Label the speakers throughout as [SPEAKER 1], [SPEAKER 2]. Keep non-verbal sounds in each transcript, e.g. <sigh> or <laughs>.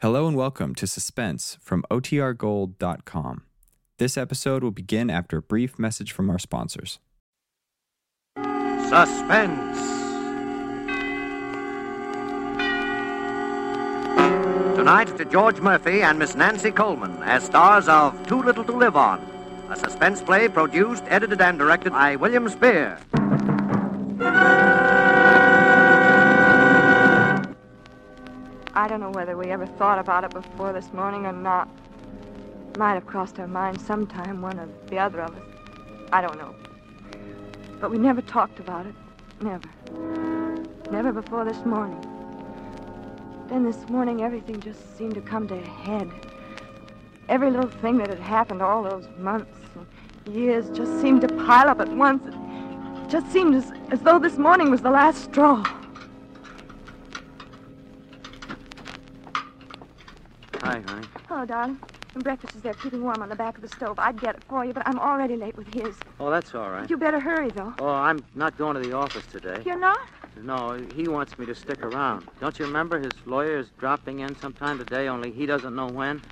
[SPEAKER 1] Hello and welcome to Suspense from OTRGold.com. This episode will begin after a brief message from our sponsors.
[SPEAKER 2] Suspense. Tonight, to George Murphy and Miss Nancy Coleman as stars of Too Little to Live On, a suspense play produced, edited, and directed by William Spear.
[SPEAKER 3] I don't know whether we ever thought about it before this morning or not. Might have crossed our minds sometime, one or the other of us. I don't know. But we never talked about it. Never. Never before this morning. Then this morning, everything just seemed to come to a head. Every little thing that had happened all those months and years just seemed to pile up at once. It just seemed as, as though this morning was the last straw.
[SPEAKER 2] Hi, honey.
[SPEAKER 3] Oh, darling. And breakfast is there keeping warm on the back of the stove. I'd get it for you, but I'm already late with his.
[SPEAKER 2] Oh, that's all right.
[SPEAKER 3] You better hurry, though.
[SPEAKER 2] Oh, I'm not going to the office today.
[SPEAKER 3] You're not?
[SPEAKER 2] No, he wants me to stick around. Don't you remember his lawyer is dropping in sometime today, only he doesn't know when?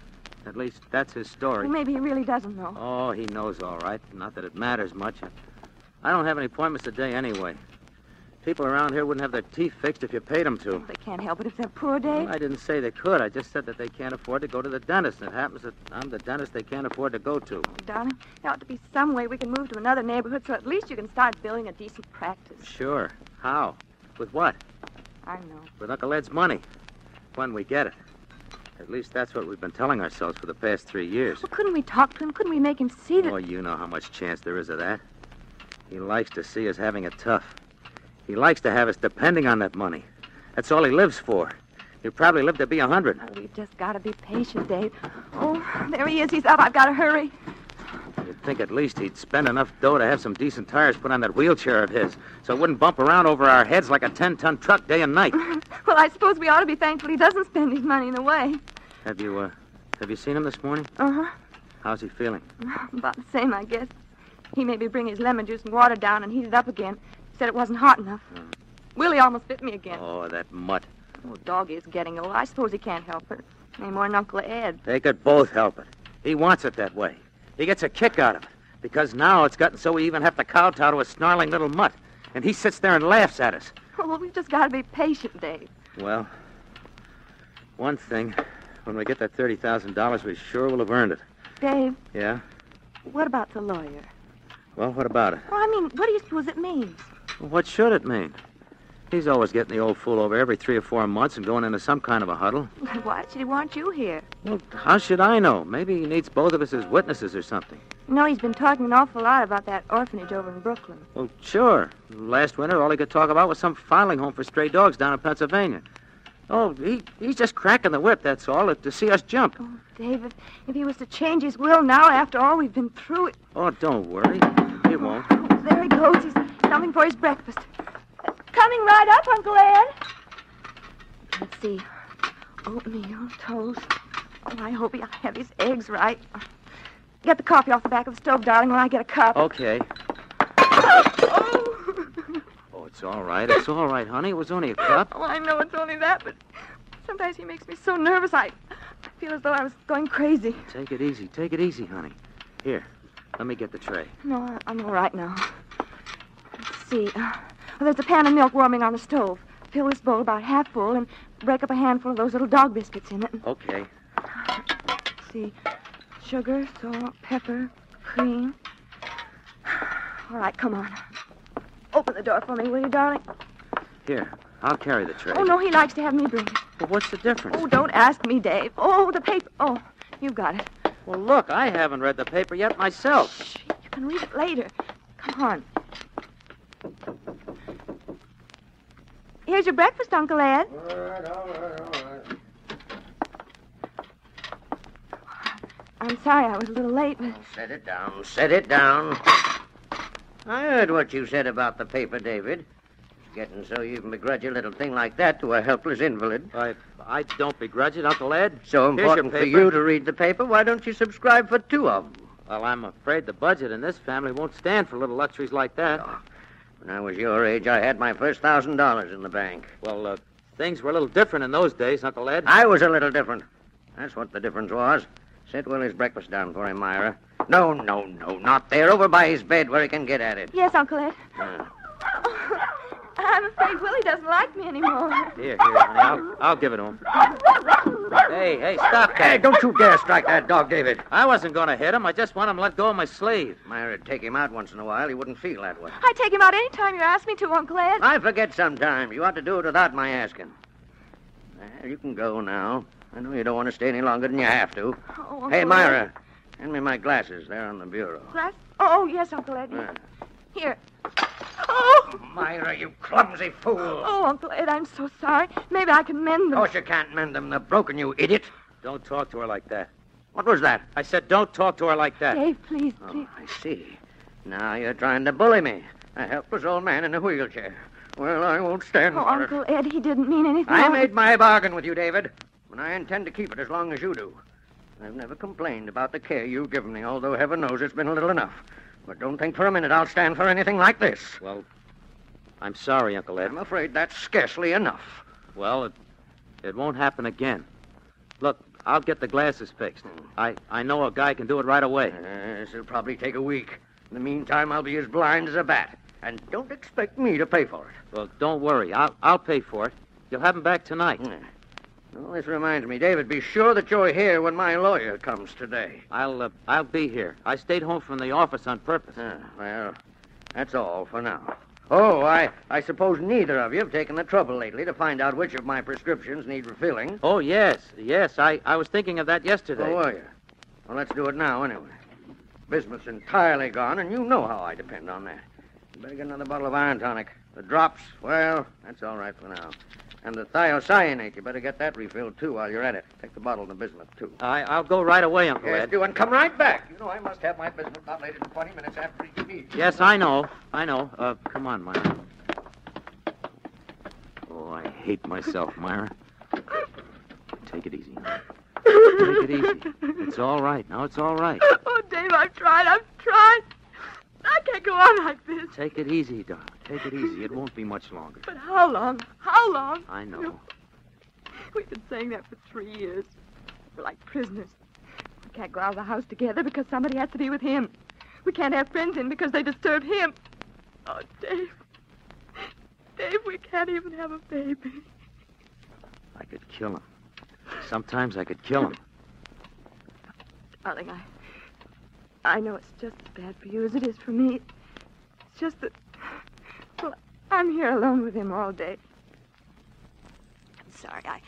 [SPEAKER 2] At least that's his story.
[SPEAKER 3] Well, maybe he really doesn't know.
[SPEAKER 2] Oh, he knows all right. Not that it matters much. I don't have any appointments today anyway. People around here wouldn't have their teeth fixed if you paid them to.
[SPEAKER 3] They can't help it if they're poor, Dave.
[SPEAKER 2] I didn't say they could. I just said that they can't afford to go to the dentist. It happens that I'm the dentist they can't afford to go to.
[SPEAKER 3] Darling, there ought to be some way we can move to another neighborhood so at least you can start building a decent practice.
[SPEAKER 2] Sure. How? With what?
[SPEAKER 3] I know.
[SPEAKER 2] With Uncle Ed's money. When we get it. At least that's what we've been telling ourselves for the past three years.
[SPEAKER 3] Well, couldn't we talk to him? Couldn't we make him see that?
[SPEAKER 2] Oh, you know how much chance there is of that. He likes to see us having it tough. He likes to have us depending on that money. That's all he lives for. He'll probably live to be a hundred.
[SPEAKER 3] Oh, we've just got to be patient, Dave. Oh, there he is. He's up. I've got to hurry.
[SPEAKER 2] You'd think at least he'd spend enough dough to have some decent tires put on that wheelchair of his, so it wouldn't bump around over our heads like a ten-ton truck day and night.
[SPEAKER 3] Well, I suppose we ought to be thankful he doesn't spend his money in a way.
[SPEAKER 2] have you, uh, have you seen him this morning?
[SPEAKER 3] Uh huh.
[SPEAKER 2] How's he feeling?
[SPEAKER 3] <laughs> About the same, I guess. He made me bring his lemon juice and water down and heat it up again. Said it wasn't hot enough. Willie almost bit me again.
[SPEAKER 2] Oh, that mutt.
[SPEAKER 3] Oh, dog is getting old. I suppose he can't help it. Any more than Uncle Ed. <laughs>
[SPEAKER 2] They could both help it. He wants it that way. He gets a kick out of it because now it's gotten so we even have to kowtow to a snarling little mutt, and he sits there and laughs at us.
[SPEAKER 3] Oh, well, we've just got to be patient, Dave.
[SPEAKER 2] Well, one thing, when we get that thirty thousand dollars, we sure will have earned it.
[SPEAKER 3] Dave,
[SPEAKER 2] Yeah.
[SPEAKER 3] what about the lawyer?
[SPEAKER 2] Well, what about it?
[SPEAKER 3] Well, I mean, what do you suppose it means? <laughs>
[SPEAKER 2] What should it mean? He's always getting the old fool over every three or four months and going into some kind of a huddle.
[SPEAKER 3] Why should he want you here?
[SPEAKER 2] Well, how should I know? Maybe he needs both of us as witnesses or something.
[SPEAKER 3] No, he's been talking an awful lot about that orphanage over in Brooklyn.
[SPEAKER 2] Well, Oh, sure. Last winter, all he could talk about was some filing home for stray dogs down in Pennsylvania. Oh, he, he's just cracking the whip, that's all, to see us jump.
[SPEAKER 3] Oh, Dave, if, if he was to change his will now after all we've been through, it.
[SPEAKER 2] Oh, don't worry. He won't.
[SPEAKER 3] Oh, there he goes. He's coming for his breakfast. Uh, Coming right up, Uncle Ed. Let's see. Oatmeal, toast. Oh, I hope he'll have his eggs right. Get the coffee off the back of the stove, darling, while I get a cup.
[SPEAKER 2] Okay.
[SPEAKER 3] Oh.
[SPEAKER 2] Oh, it's all right. It's all right, honey. It was only a cup.
[SPEAKER 3] <laughs> Oh, I know it's only that, but sometimes he makes me so nervous I I feel as though I was going crazy.
[SPEAKER 2] Take it easy. Take it easy, honey. Here, let me get the tray.
[SPEAKER 3] No, I- I'm all right now. Let's see. Uh, well, there's a pan of milk warming on the stove. Fill this bowl about half full and break up a handful of those little dog biscuits in it.
[SPEAKER 2] Okay.
[SPEAKER 3] Let's see. Sugar, salt, pepper, cream. <sighs> All right, come on. Open the door for me, will you, darling?
[SPEAKER 2] Here, I'll carry the tray.
[SPEAKER 3] Oh, no, he likes to have me bring it.
[SPEAKER 2] Well, what's the difference?
[SPEAKER 3] Oh, don't ask me, Dave. Oh, the paper. Oh, you got it.
[SPEAKER 2] Well, look, I haven't read the paper yet myself.
[SPEAKER 3] Shh, you can read it later. Come on. Here's your breakfast, Uncle Ed.
[SPEAKER 4] All right, all right, all right.
[SPEAKER 3] I'm sorry I was a little late, but
[SPEAKER 4] Set it down, set it down. I heard what you said about the paper, David. Getting so you can begrudge a little thing like that to a helpless invalid.
[SPEAKER 2] I, I don't begrudge it, Uncle Ed. Here's
[SPEAKER 4] So
[SPEAKER 2] your
[SPEAKER 4] important for
[SPEAKER 2] paper.
[SPEAKER 4] you to read the paper, why don't you subscribe for two of them?
[SPEAKER 2] Well, I'm afraid the budget in this family won't stand for little luxuries like that.
[SPEAKER 4] When I was your age, I had my first thousand dollars in the bank.
[SPEAKER 2] Well, uh, things were a little different in those days, Uncle Ed.
[SPEAKER 4] I was a little different. That's what the difference was. Set Willie's breakfast down for him, Myra. No, no, no, not there. Over by his bed where he can get at it.
[SPEAKER 3] Yes, Uncle Ed.
[SPEAKER 4] Yeah.
[SPEAKER 3] I'm afraid Willie doesn't like me
[SPEAKER 4] <laughs>
[SPEAKER 3] anymore.
[SPEAKER 2] Here, here, honey. I'll, I'll give it to him. Hey, hey, stop
[SPEAKER 4] Hey,
[SPEAKER 2] that.
[SPEAKER 4] don't you dare strike that dog, David.
[SPEAKER 2] I wasn't going to hit him. I just want him let go of my sleeve.
[SPEAKER 4] Myra, take him out once in a while. He wouldn't feel that way.
[SPEAKER 3] I take him out any time you ask me to, Uncle Ed.
[SPEAKER 4] I forget sometimes. You ought to do it without my asking. Well, you can go now. I know you don't want to stay any longer than you have to.
[SPEAKER 3] Oh, Uncle
[SPEAKER 4] Hey,
[SPEAKER 3] Ed.
[SPEAKER 4] Myra, hand me my glasses. They're on the bureau.
[SPEAKER 3] Glass? Oh, yes, Uncle Ed.
[SPEAKER 4] Yeah.
[SPEAKER 3] Here. Oh,
[SPEAKER 4] Myra, you clumsy fool.
[SPEAKER 3] oh, Uncle Ed, I'm so sorry. Maybe I can mend
[SPEAKER 4] Of
[SPEAKER 3] them.
[SPEAKER 4] course you can't mend them. They're broken, you idiot.
[SPEAKER 2] Don't talk to her like that.
[SPEAKER 4] What was that?
[SPEAKER 2] I said, don't talk to her like that.
[SPEAKER 3] Dave, please,
[SPEAKER 4] Oh,
[SPEAKER 3] please.
[SPEAKER 4] I see. Now you're trying to bully me. A helpless old man in a wheelchair. Well, I won't stand
[SPEAKER 3] Oh,
[SPEAKER 4] for it.
[SPEAKER 3] Uncle Ed, he didn't mean anything. <laughs>
[SPEAKER 4] I made my bargain with you, David, and I intend to keep it as long as you do. I've never complained about the care you've given me, although heaven knows it's been a little enough. But don't think for a minute I'll stand for anything like this.
[SPEAKER 2] Well, I'm sorry, Uncle Ed.
[SPEAKER 4] I'm afraid that's scarcely enough.
[SPEAKER 2] Well, it, it won't happen again. Look, I'll get the glasses fixed.
[SPEAKER 4] Hmm.
[SPEAKER 2] I, I know a guy can do it right away.
[SPEAKER 4] Uh, this'll probably take a week. In the meantime, I'll be as blind as a bat. And don't expect me to pay for it.
[SPEAKER 2] Well, don't worry. I'll, I'll pay for it. You'll have him back tonight.
[SPEAKER 4] Mm. Well, this reminds me, David, be sure that you're here when my lawyer comes today.
[SPEAKER 2] I'll, uh, I'll be here. I stayed home from the office on purpose.
[SPEAKER 4] Ah, well, that's all for now. Oh, I, I suppose neither of you have taken the trouble lately to find out which of my prescriptions need refilling.
[SPEAKER 2] Oh, yes, yes. I, I was thinking of that yesterday.
[SPEAKER 4] Oh, were you? Well, let's do it now, anyway. Bismuth's entirely gone, and you know how I depend on that. You better get another bottle of iron tonic. The drops, well, that's all right for now. And the thiocyanate, you better get that refilled, too, while you're at it. Take the bottle of the bismuth, too.
[SPEAKER 2] I, I'll go right away, Uncle
[SPEAKER 4] Yes,
[SPEAKER 2] Ed.
[SPEAKER 4] do, and come right back. You know I must have my bismuth not later than 20 minutes after each meal.
[SPEAKER 2] Yes, I know. I know. Uh, come on, Myra. Oh, I hate myself, Myra. Take it easy. now. Take it easy. It's all right. Now it's all right.
[SPEAKER 3] Oh, Dave, I've tried. I've tried. I can't go on like this.
[SPEAKER 2] Take it easy, darling. Take it easy. It won't be much longer.
[SPEAKER 3] But how long? How long?
[SPEAKER 2] I know.
[SPEAKER 3] We've been saying that for three years. We're like prisoners. We can't go out of the house together because somebody has to be with him. We can't have friends in because they disturb him. Oh, Dave. Dave, we can't even have a baby.
[SPEAKER 2] I could kill him. Sometimes I could kill him.
[SPEAKER 3] Darling, I. I know it's just as bad for you as it is for me. It's just that. Well, I'm here alone with him all day. I'm sorry. I.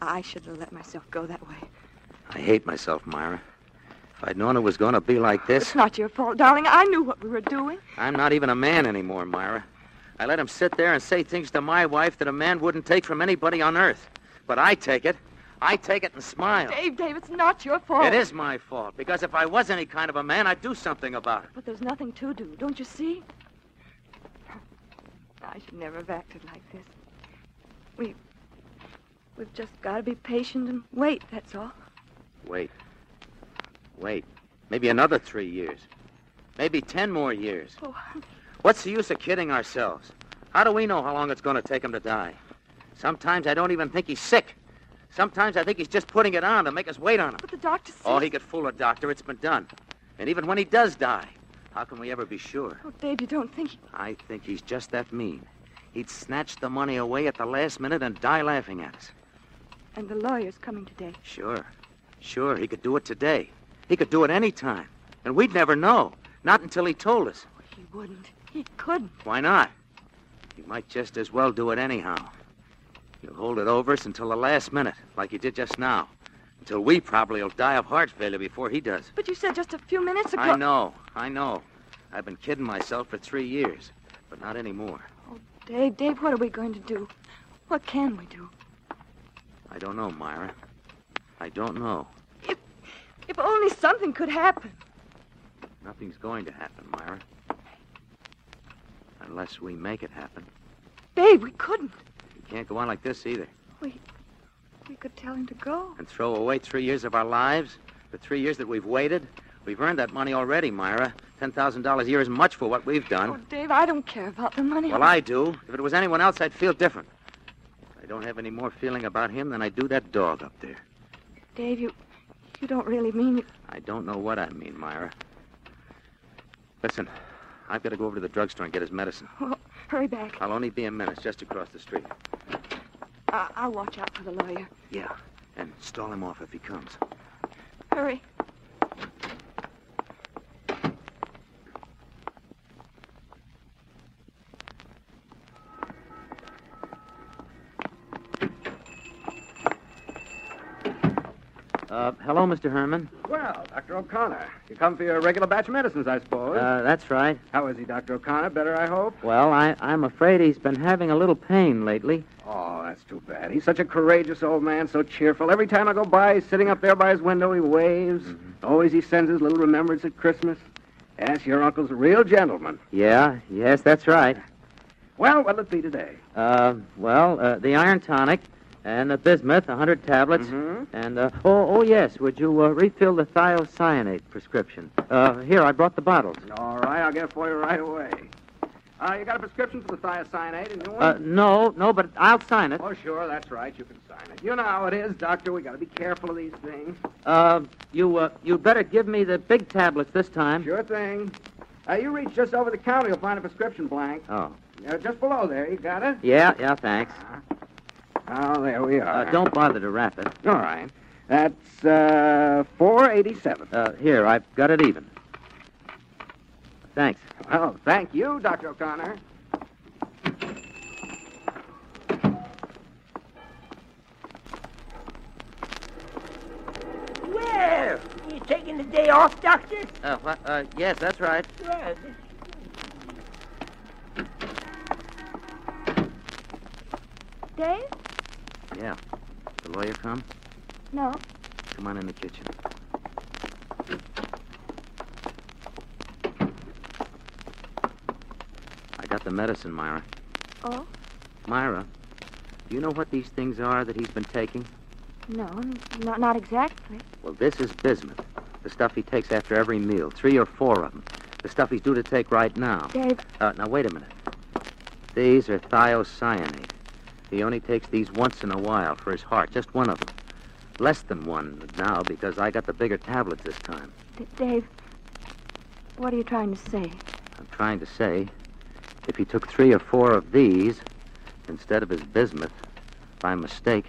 [SPEAKER 3] I should have let myself go that way.
[SPEAKER 2] I hate myself, Myra. If I'd known it was going to be like
[SPEAKER 3] It's
[SPEAKER 2] this,
[SPEAKER 3] not your fault, darling. I knew what we were doing.
[SPEAKER 2] I'm not even a man anymore, Myra. I let him sit there and say things to my wife that a man wouldn't take from anybody on earth. But I take it. I take it and smile.
[SPEAKER 3] Dave, Dave, it's not your fault.
[SPEAKER 2] It is my fault, because if I was any kind of a man, I'd do something about it.
[SPEAKER 3] But there's nothing to do, don't you see? I should never have acted like this. We. We've just got to be patient and wait, that's all.
[SPEAKER 2] Wait. Wait. Maybe another three years. Maybe ten more years.
[SPEAKER 3] Oh,
[SPEAKER 2] What's the use of kidding ourselves? How do we know how long it's going to take him to die? Sometimes I don't even think he's sick. Sometimes I think he's just putting it on to make us wait on him.
[SPEAKER 3] but the doctor says.
[SPEAKER 2] Oh, he could fool a doctor. It's been done. And even when he does die, how can we ever be sure?
[SPEAKER 3] Oh, Dave, you don't think.
[SPEAKER 2] I think he's just that mean. He'd snatch the money away at the last minute and die laughing at us.
[SPEAKER 3] And the lawyer's coming today.
[SPEAKER 2] Sure. Sure, he could do it today. He could do it any time. And we'd never know. Not until he told us.
[SPEAKER 3] He wouldn't. He couldn't.
[SPEAKER 2] Why not? You might just as well do it anyhow. You'll hold it over us until the last minute, like you did just now. Until we probably will die of heart failure before he does.
[SPEAKER 3] But you said just a few minutes ago.
[SPEAKER 2] I know, I know. I've been kidding myself for three years, but not anymore.
[SPEAKER 3] Dave, Dave, what are we going to do? What can we do?
[SPEAKER 2] I don't know, Myra. I don't know.
[SPEAKER 3] If only something could happen.
[SPEAKER 2] Nothing's going to happen, Myra. Unless we make it happen.
[SPEAKER 3] Dave, we couldn't.
[SPEAKER 2] We can't go on like this either.
[SPEAKER 3] We could tell him to go.
[SPEAKER 2] and throw away three years of our lives, the three years that we've waited. We've earned that money already, Myra. $10,000 a year is much for what we've
[SPEAKER 3] Oh,
[SPEAKER 2] done.
[SPEAKER 3] Dave, I don't care about the money.
[SPEAKER 2] Well, I do. If it was anyone else, I'd feel different. I don't have any more feeling about him than I do that dog up there.
[SPEAKER 3] Dave, you, you don't really mean you.
[SPEAKER 2] I don't know what I mean, Myra. Listen, I've got to go over to the drugstore and get his medicine.
[SPEAKER 3] Oh, hurry back.
[SPEAKER 2] I'll only be a minute, it's just across the street.
[SPEAKER 3] I, I'll watch out for the lawyer.
[SPEAKER 2] Yeah, and stall him off if he comes.
[SPEAKER 3] Hurry.
[SPEAKER 2] Uh, hello, Mr. Herman.
[SPEAKER 4] Well, Dr. O'Connor, you come for your regular batch of medicines, I suppose.
[SPEAKER 2] Uh, that's right.
[SPEAKER 4] How is he, Dr. O'Connor? Better, I hope?
[SPEAKER 2] Well, I, I'm afraid he's been having a little pain lately.
[SPEAKER 4] Oh, that's too bad. He's such a courageous old man, so cheerful. Every time I go by, he's sitting up there by his window, he waves.
[SPEAKER 2] Mm-hmm.
[SPEAKER 4] Always he sends his little remembrance at Christmas. Yes, your uncle's a real gentleman.
[SPEAKER 2] Yeah, yes, that's right.
[SPEAKER 4] Well, what'll it be today?
[SPEAKER 2] Uh, well, uh, the iron tonic and the bismuth, a 100 tablets.
[SPEAKER 4] Mhm.
[SPEAKER 2] And, uh, oh, oh, yes, would you uh, refill the thiocyanate prescription? Uh, here, I brought the bottles.
[SPEAKER 4] All right, I'll get it for you right away. Uh, you got a prescription for the thiocyanate, and you want...
[SPEAKER 2] Uh, no, no, but I'll sign it.
[SPEAKER 4] Oh, sure, that's right. You can sign it. You know how it is, Doctor. We got to be careful of these things.
[SPEAKER 2] Uh, you, uh, you better give me the big tablets this time.
[SPEAKER 4] Sure thing. Uh, you reach just over the counter, you'll find a prescription blank.
[SPEAKER 2] Oh,
[SPEAKER 4] Uh, just below there. You got it?
[SPEAKER 2] yeah, yeah, thanks.
[SPEAKER 4] Oh, there we
[SPEAKER 2] Uh,
[SPEAKER 4] are.
[SPEAKER 2] don't bother to wrap it.
[SPEAKER 4] All right. That's uh, 487.
[SPEAKER 2] Uh, here, I've got it even. Thanks.
[SPEAKER 4] Well, thank you, Dr. O'Connor.
[SPEAKER 5] Well, you taking the day off, Doctor?
[SPEAKER 2] Uh, what, uh, yes, that's right.
[SPEAKER 5] Good.
[SPEAKER 3] Dave?
[SPEAKER 2] Yeah. The lawyer come?
[SPEAKER 3] No.
[SPEAKER 2] Come on in the kitchen. I got the medicine, Myra.
[SPEAKER 3] Oh?
[SPEAKER 2] Myra, do you know what these things are that he's been taking?
[SPEAKER 3] No, n- not, not exactly.
[SPEAKER 2] Well, this is bismuth. The stuff he takes after every meal, three or four of them. The stuff he's due to take right now.
[SPEAKER 3] Dave,
[SPEAKER 2] Uh, now, wait a minute. These are thiocyanate. He only takes these once in a while for his heart, just one of them. Less than one now because I got the bigger tablets this time.
[SPEAKER 3] D- Dave, what are you trying to say?
[SPEAKER 2] I'm trying to say, if he took three or four of these instead of his bismuth, by mistake,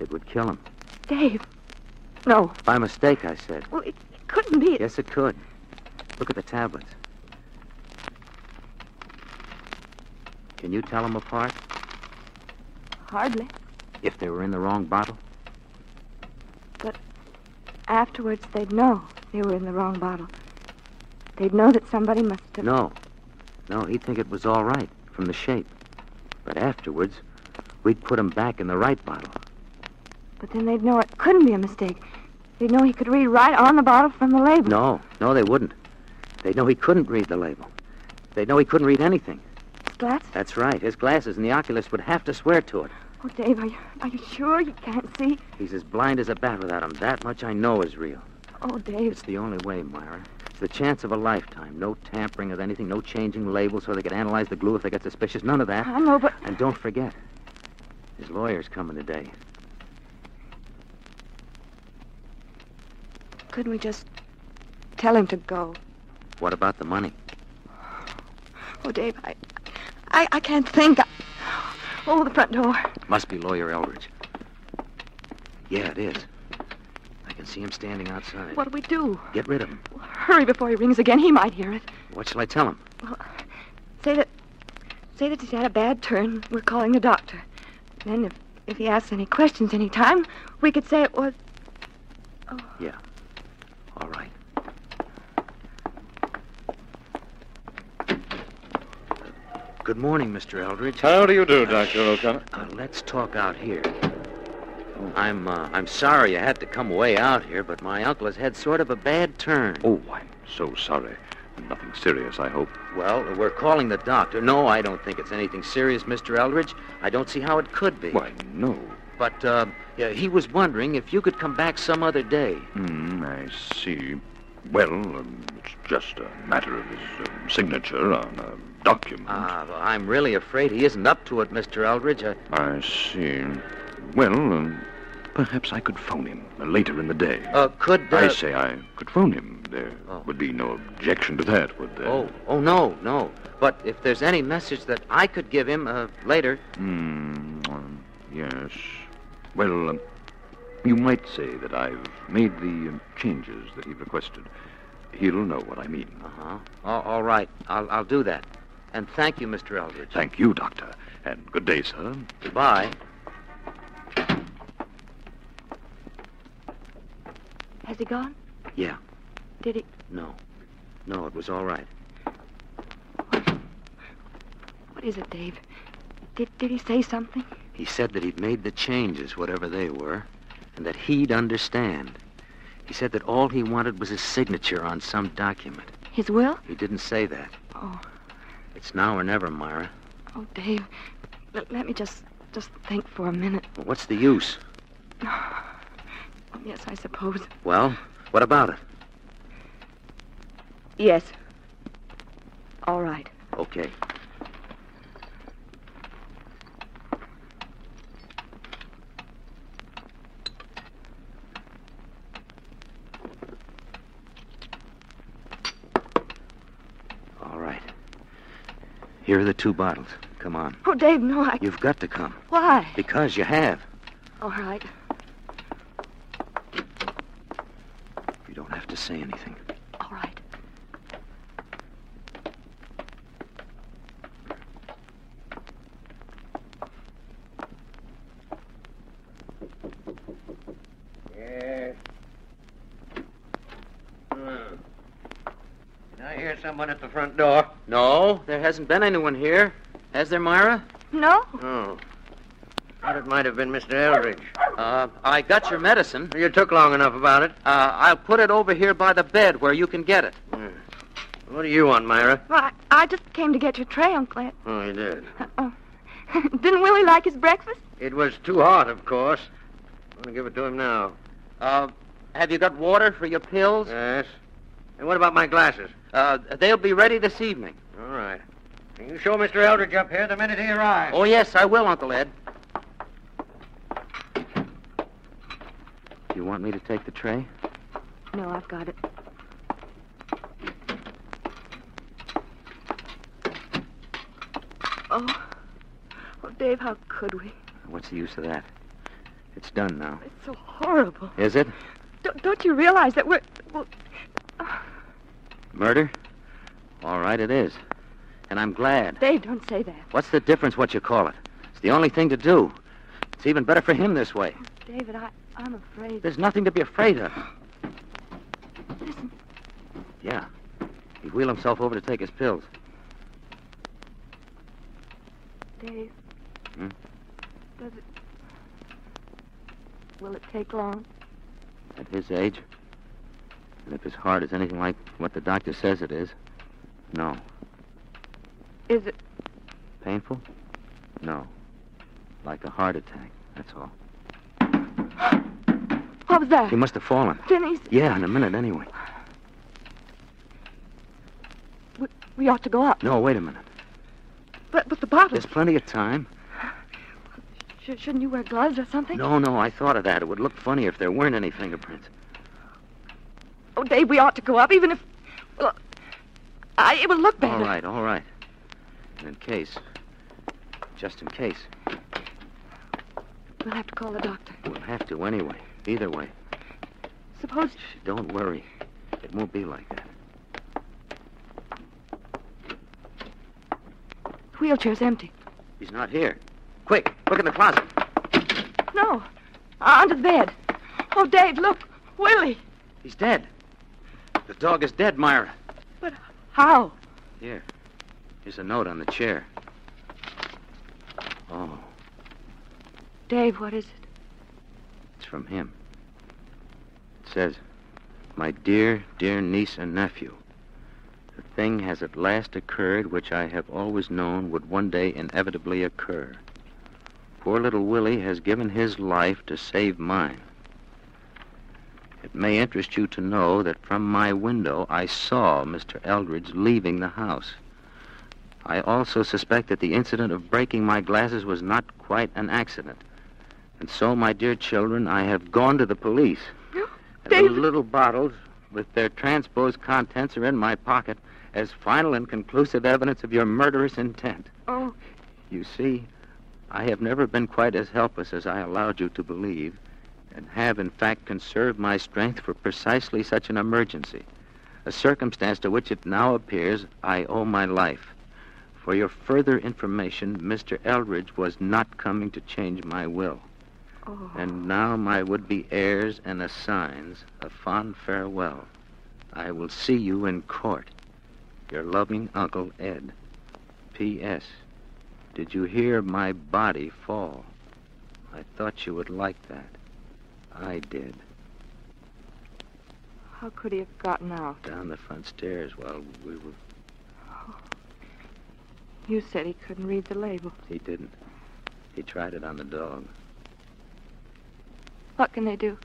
[SPEAKER 2] it would kill him.
[SPEAKER 3] Dave! No.
[SPEAKER 2] By mistake, I said.
[SPEAKER 3] Well, it, it couldn't be.
[SPEAKER 2] Yes, it could. Look at the tablets. Can you tell them apart
[SPEAKER 3] Hardly.
[SPEAKER 2] if they were in the wrong bottle?
[SPEAKER 3] Afterwards, they'd know they were in the wrong bottle. They'd know that somebody must have.
[SPEAKER 2] No. No, he'd think it was all right from the shape. But afterwards, we'd put him back in the right bottle.
[SPEAKER 3] But then they'd know it couldn't be a mistake. They'd know he could read right on the bottle from the label.
[SPEAKER 2] No, no, they wouldn't. They'd know he couldn't read the label. They'd know he couldn't read anything.
[SPEAKER 3] Glass?
[SPEAKER 2] That's right. His glasses and the oculist would have to swear to it.
[SPEAKER 3] Oh, Dave, are you, are you sure you can't see?
[SPEAKER 2] He's as blind as a bat without him. That much I know is real.
[SPEAKER 3] Oh, Dave.
[SPEAKER 2] It's the only way, Myra. It's the chance of a lifetime. No tampering with anything, no changing labels so they could analyze the glue if they got suspicious. None of that.
[SPEAKER 3] I know, but
[SPEAKER 2] And don't forget, his lawyer's coming today.
[SPEAKER 3] couldn't we just tell him to go?
[SPEAKER 2] What about the money?
[SPEAKER 3] Oh, Dave, I, I, I can't think. I, oh, the front door.
[SPEAKER 2] Must be Lawyer Eldridge. Yeah, it is. I can see him standing outside.
[SPEAKER 3] What'll we do?
[SPEAKER 2] Get rid of him.
[SPEAKER 3] Hurry before he rings again. He might hear it.
[SPEAKER 2] What shall I tell him?
[SPEAKER 3] Well, say that, say that he's had a bad turn. We're calling the doctor. Then, if if he asks any questions any time, we could say it was.
[SPEAKER 2] All right. Good morning, Mr. Eldridge.
[SPEAKER 6] How do you do, Dr. O'Connor?
[SPEAKER 2] Uh, let's talk out here. I'm uh, I'm sorry you had to come way out here, but my uncle has had sort of a bad turn.
[SPEAKER 6] Oh, I'm so sorry. Nothing serious, I hope.
[SPEAKER 2] Well, we're calling the doctor. No, I don't think it's anything serious, Mr. Eldridge. I don't see how it could be.
[SPEAKER 6] Why, no.
[SPEAKER 2] But uh, yeah, he was wondering if you could come back some other day.
[SPEAKER 6] Hmm, I see. Well, um, it's just a matter of his um, signature on a document.
[SPEAKER 2] Ah, well, I'm Uh, really afraid he isn't up to it, Mr. Eldridge. I,
[SPEAKER 6] I see. Well, um, Perhaps I could phone him uh, later in the day.
[SPEAKER 2] Uh, could. Uh,
[SPEAKER 6] I say I could phone him. There
[SPEAKER 2] Oh.
[SPEAKER 6] would be no objection to that, would there?
[SPEAKER 2] Oh, oh no, no. But if there's any message that I could give him uh, later,
[SPEAKER 6] Hmm. um, yes. Well, um, you might say that I've made the um, changes that he requested. He'll know what I mean.
[SPEAKER 2] uh-huh. All, all right, I'll, I'll do that. And thank you, Mr. Eldridge.
[SPEAKER 6] Thank you, Doctor, and good day, sir.
[SPEAKER 2] Goodbye.
[SPEAKER 3] Has he gone?
[SPEAKER 2] Yeah.
[SPEAKER 3] Did he?
[SPEAKER 2] No, no, it was all right.
[SPEAKER 3] What is it, Dave? Did, did he say something?
[SPEAKER 2] He said that he'd made the changes, whatever they were, and that he'd understand. He said that all he wanted was his signature on some document.
[SPEAKER 3] His will?
[SPEAKER 2] He didn't say that.
[SPEAKER 3] Oh,
[SPEAKER 2] It's now or never, Myra.
[SPEAKER 3] oh, Dave. L- let me just just think for a minute.
[SPEAKER 2] Well, what's the use?
[SPEAKER 3] Yes, I suppose.
[SPEAKER 2] Well, what about it?
[SPEAKER 3] Yes. All right.
[SPEAKER 2] Okay. All right. Here are the two bottles. Come on.
[SPEAKER 3] Oh, Dave, no, I.
[SPEAKER 2] You've got to come.
[SPEAKER 3] Why?
[SPEAKER 2] Because you have.
[SPEAKER 3] All right.
[SPEAKER 2] You don't have to say anything.
[SPEAKER 3] All right.
[SPEAKER 4] Yes. Hmm. Did I hear someone at the front door?
[SPEAKER 2] No, there hasn't been anyone here. Has there, Myra?
[SPEAKER 3] No?
[SPEAKER 4] Oh. Thought it might have been Mr. Eldridge.
[SPEAKER 2] Uh, I got your medicine.
[SPEAKER 4] You took long enough about it.
[SPEAKER 2] Uh, I'll put it over here by the bed where you can get it.
[SPEAKER 4] What do you want, Myra?
[SPEAKER 3] Well, I, I just came to get your tray, Uncle Ed.
[SPEAKER 4] Oh, you did.
[SPEAKER 3] Oh. <laughs> Didn't Willie like his breakfast?
[SPEAKER 4] It was too hot, of course. I'm going to give it to him now.
[SPEAKER 2] Uh, have you got water for your pills?
[SPEAKER 4] Yes. And what about my glasses?
[SPEAKER 2] Uh, they'll be ready this evening.
[SPEAKER 4] All right. Can you show Mr. Eldridge up here the minute he arrives?
[SPEAKER 2] Oh, yes, I will, Uncle Ed. Do you want me to take the tray?
[SPEAKER 3] No, I've got it. Oh. Oh, Dave, how could we?
[SPEAKER 2] What's the use of that? It's done now.
[SPEAKER 3] It's so horrible.
[SPEAKER 2] Is it?
[SPEAKER 3] Don't, don't you realize that we're. Well,
[SPEAKER 2] Murder? All right, it is. And I'm glad.
[SPEAKER 3] Dave, don't say that.
[SPEAKER 2] What's the difference what you call it? It's the only thing to do. It's even better for him this way.
[SPEAKER 3] David, I, I'm afraid.
[SPEAKER 2] There's nothing to be afraid of.
[SPEAKER 3] Listen,
[SPEAKER 2] Yeah. He'd wheel himself over to take his pills.
[SPEAKER 3] Dave.
[SPEAKER 2] Hmm?
[SPEAKER 3] Does it. Will it take long?
[SPEAKER 2] At his age? And if his heart is anything like what the doctor says it is? No.
[SPEAKER 3] Is it.
[SPEAKER 2] Painful? No. Like a heart attack, that's all.
[SPEAKER 3] What was that?
[SPEAKER 2] He must have fallen.
[SPEAKER 3] Denny's.
[SPEAKER 2] Yeah, in a minute anyway.
[SPEAKER 3] We, we ought to go up.
[SPEAKER 2] No, wait a minute.
[SPEAKER 3] But, but the bottle.
[SPEAKER 2] There's plenty of time.
[SPEAKER 3] Sh- shouldn't you wear gloves or something?
[SPEAKER 2] No, no, I thought of that. It would look funny if there weren't any fingerprints.
[SPEAKER 3] Oh, Dave, we ought to go up, even if. Well, I, it will look better.
[SPEAKER 2] All right, all right. And in case, just in case,
[SPEAKER 3] We'll have to call the doctor.
[SPEAKER 2] we'll have to anyway. Either way,
[SPEAKER 3] Suppose.
[SPEAKER 2] don't worry. It won't be like that.
[SPEAKER 3] the Wheelchair's empty.
[SPEAKER 2] He's not here. Quick, look in the closet.
[SPEAKER 3] No. Uh, under the bed. Oh, Dave, look. Willie.
[SPEAKER 2] He's dead. The dog is dead, Myra.
[SPEAKER 3] But how?
[SPEAKER 2] Here. Here's a note on the chair. Oh,
[SPEAKER 3] Dave, what is it?
[SPEAKER 2] it's from him. It says, My dear, dear niece and nephew, the thing has at last occurred which I have always known would one day inevitably occur. Poor little Willie has given his life to save mine. It may interest you to know that from my window I saw Mr. Eldridge leaving the house. I also suspect that the incident of breaking my glasses was not quite an accident. And so, my dear children, I have gone to the police. And
[SPEAKER 3] David.
[SPEAKER 2] The little bottles with their transposed contents are in my pocket as final and conclusive evidence of your murderous intent.
[SPEAKER 3] Oh,
[SPEAKER 2] You see, I have never been quite as helpless as I allowed you to believe, and have, in fact, conserved my strength for precisely such an emergency, a circumstance to which it now appears I owe my life. For your further information, Mr. Eldridge was not coming to change my will.
[SPEAKER 3] oh.
[SPEAKER 2] And now, my would be heirs and assigns, a fond farewell. I will see you in court. Your loving Uncle Ed. P.S. Did you hear my body fall? I thought you would like that. I did.
[SPEAKER 3] How could he have gotten out?
[SPEAKER 2] Down the front stairs while we were.
[SPEAKER 3] You said he couldn't read the label.
[SPEAKER 2] He didn't. He tried it on the dog.
[SPEAKER 3] What can they do?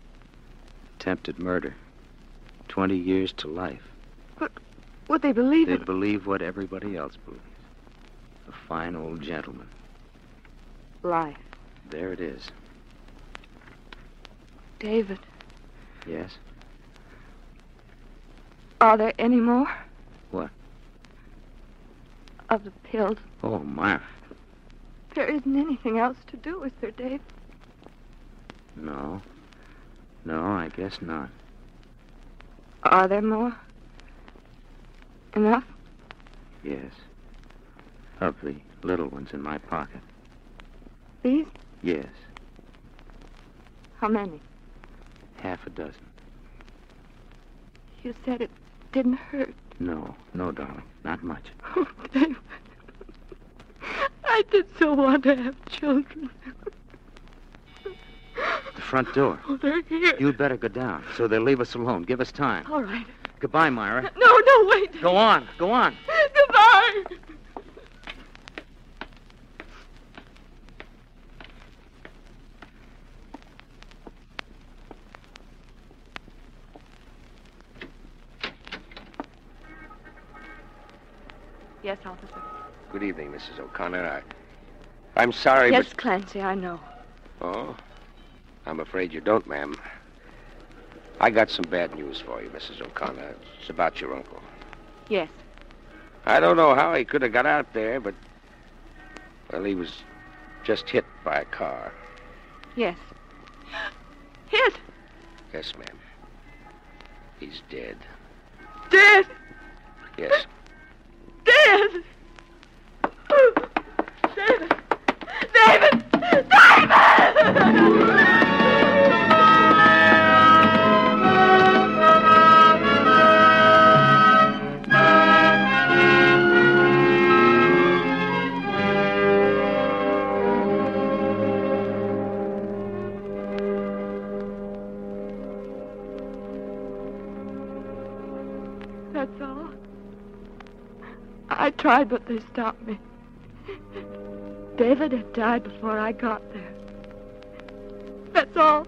[SPEAKER 2] Attempted murder. Twenty years to life.
[SPEAKER 3] Would they believe
[SPEAKER 2] They
[SPEAKER 3] it?
[SPEAKER 2] believe what everybody else believes. A fine old gentleman.
[SPEAKER 3] Life.
[SPEAKER 2] There it is.
[SPEAKER 3] David,
[SPEAKER 2] Yes?
[SPEAKER 3] are there any more?
[SPEAKER 2] What?
[SPEAKER 3] Of the pills.
[SPEAKER 2] Oh, my.
[SPEAKER 3] There isn't anything else to do, is there, David?
[SPEAKER 2] No. No, I guess not.
[SPEAKER 3] Are there more? Enough?
[SPEAKER 2] Yes. Of the little ones in my pocket.
[SPEAKER 3] These?
[SPEAKER 2] Yes.
[SPEAKER 3] How many?
[SPEAKER 2] Half a dozen.
[SPEAKER 3] You said it didn't hurt.
[SPEAKER 2] No. No, darling. Not much.
[SPEAKER 3] Oh, David. I did so want to have children.
[SPEAKER 2] The front door.
[SPEAKER 3] Oh, they're here.
[SPEAKER 2] You'd better go down so they'll leave us alone. Give us time.
[SPEAKER 3] All right.
[SPEAKER 2] Goodbye, Myra.
[SPEAKER 3] No, no, wait.
[SPEAKER 2] Go on. Go on.
[SPEAKER 3] Goodbye. Yes, officer.
[SPEAKER 4] Good evening, Mrs. O'Connor. I, I'm sorry,
[SPEAKER 3] Yes, Clancy, I know.
[SPEAKER 4] but. Oh? I'm afraid you don't, ma'am. I got some bad news for you, Mrs. O'Connor. It's about your uncle.
[SPEAKER 3] Yes.
[SPEAKER 4] I don't know how he could have got out there, but. Well, he was just hit by a car.
[SPEAKER 3] <gasps> Yes. Hit.
[SPEAKER 4] Yes, ma'am. He's dead.
[SPEAKER 3] Dead.
[SPEAKER 4] Yes.
[SPEAKER 3] Dead. David. David. David! That's all. I tried, but they stopped me. David had died before I got there. That's all.